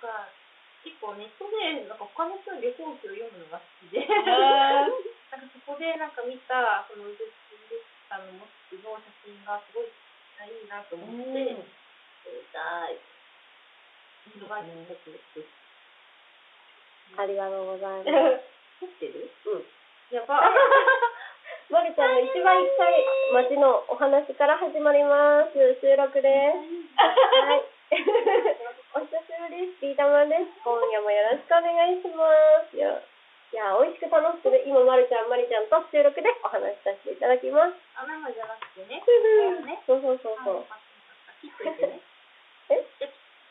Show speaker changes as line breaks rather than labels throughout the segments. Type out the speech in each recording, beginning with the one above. か結構ネットでなんか他の人の旅行記を読むのが好きで、
へー
なんかそこでなんか見たそのウズベキスタンのモスクの写真がすごいいいなと思って、
うん
撮りたい。
いいですね
ドバイに行った時です。
ありがとうございます。
撮ってる？
うん。
や ば。は
まるちゃんの一番行きたい街のお話から始まります。収録です。はい。お久しぶりです。ピータマンです。今夜もよろしくお願いします。いや、いや美味しく楽しくで、今まるちゃん、まりちゃんと収録でお話しさせていただきます。
あ生じゃなくてね。ね
そうそうそうそう。
切っといてね。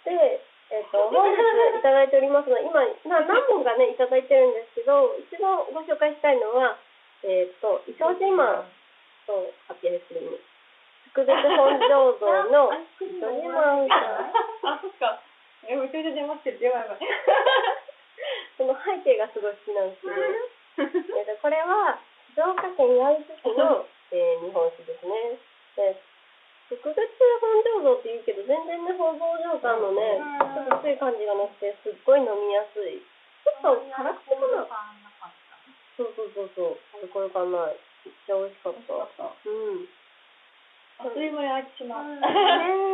で、えっ、と、本日いただいておりますのは、今、な何本かね、いただいてるんですけど、一番ご紹介したいのは、えっ、と、伊藤島と発表するに、特別本醸造 の
アイスクリーム
糸島さん、
あ、そっか。え、めちゃめちゃ出ましてる。やばいやばい。
その背景がすごい好きなんですけど、えっ、と、これは、静岡県焼津市 の、えー日本酒ですね。で特別本醸造って言うけど、全然ね、本醸造感のね、ちょっと薄い感じがなくて、すっごい飲みやすい。ちょっと辛口かなそうそうそうそう。すごいかない。めっちゃ美味しかった。うん。
あっという間に開いてしまう。
うん
ねえ、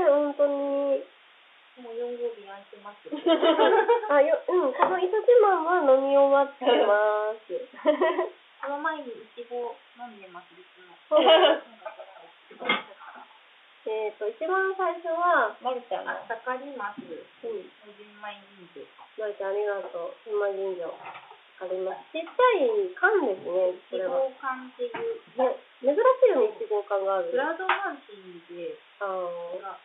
本当に。
もう四号日空いてます。
あ、よ、うん、このイタチマンは飲み終わってます。
その前にイチゴ飲んでます。いつも。
そうえっと、一番最初は、
まるちゃんの。
あったかります。
うん、
純米人参か。
まるちゃんありがとう。千枚銀醸。あります。ちっちゃい缶ですね、こ
イチ
れは。
ゴ缶っていう。
ね、珍しいよね、いちご缶がある
ク。ラウドマンティーで。
あ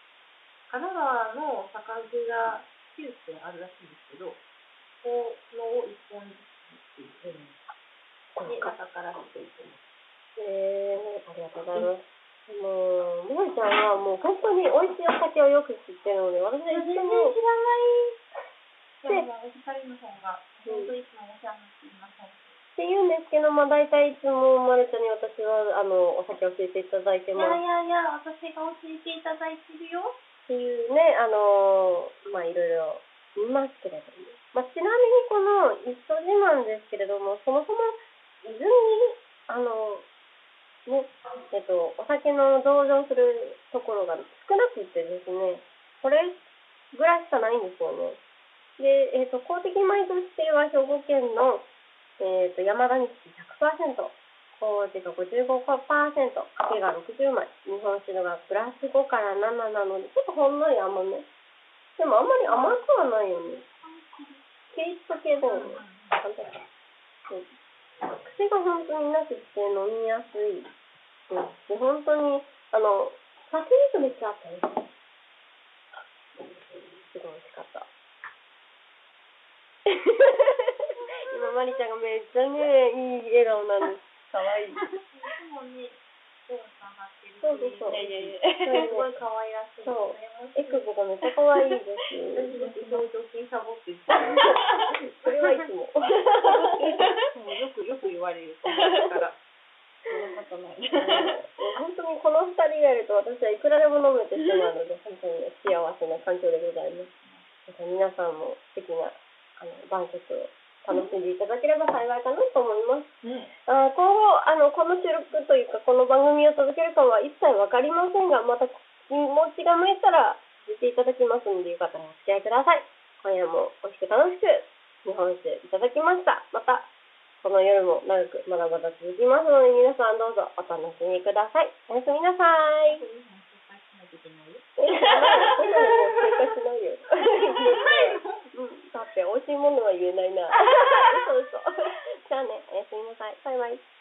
神
ー
奈川の酒蔵9軒あるらしいんですけど、このを1本ずつっていう。で、朝からしていてます。
えー、ありがとうございます。もう、もえちゃんはもう本当に美味しいお酒をよく知ってるので、私は一緒に、
知らない。でも、お二人の方が、本当いつもお世話になっています。
って言うんですけど、まあ、大体いつもまるちゃんに私はあのお酒を教えていただいて
い
ま
やい
す
やいや、私が教えていただいてるよ。
っていうねあのまあいろいろ言いますけれども、まあ、ちなみにこの一緒自慢ですけれどもそもそも伊豆にあのねえっとお酒の同情するところが少なくてですねこれぐらいしかないんですよねでえっと公的米としては兵庫県の、えっと山田錦100%麹が55%、酒が60枚、日本酒のがプラス5から7なので、ちょっとほんのり甘め。でもあんまり甘くはないよね。ケイスト系だよね。簡単だうん癖が本当になくて飲みやすい。うん。で、本当に、あの、酒にとめっちゃあったね。すごい美味しかった。今、まりちゃんがめっちゃね、いい笑顔なんです。
かわい
で
い。
もね、どうさがってる
そうそうそう
いやいやいや。
す ごい可愛らしい。
そうエ
エク
ク
ボ。
ボがめっちゃ可愛いです。
私だけ表情筋サボ ってる。
それはいつも。
もうよくよく言わ れる。友達から。
そんなことない。
本当にこの二人がいると私はいくらでも飲めてしまうので、本当に幸せな環境でございます。また皆さんも素敵なあの晩酌を楽しんでいただければ幸いかなと思います。
うん。
あー今後あのこの収録というかこの番組を続けるかは一切わかりませんがまた気持ちが向いたら出ていただきますのでよかったらお付き合いください今夜も美味しく楽しく日本酒いただきましたまたこの夜も長くまだまだ続きますので皆さんどうぞお楽しみくださいおやすみなさい
そういうのも紹介しないといけ ないよ。
えやばいそんなの正解しないようんだって美味しいものは言えないな嘘嘘じゃあねおやすみなさいバイバイ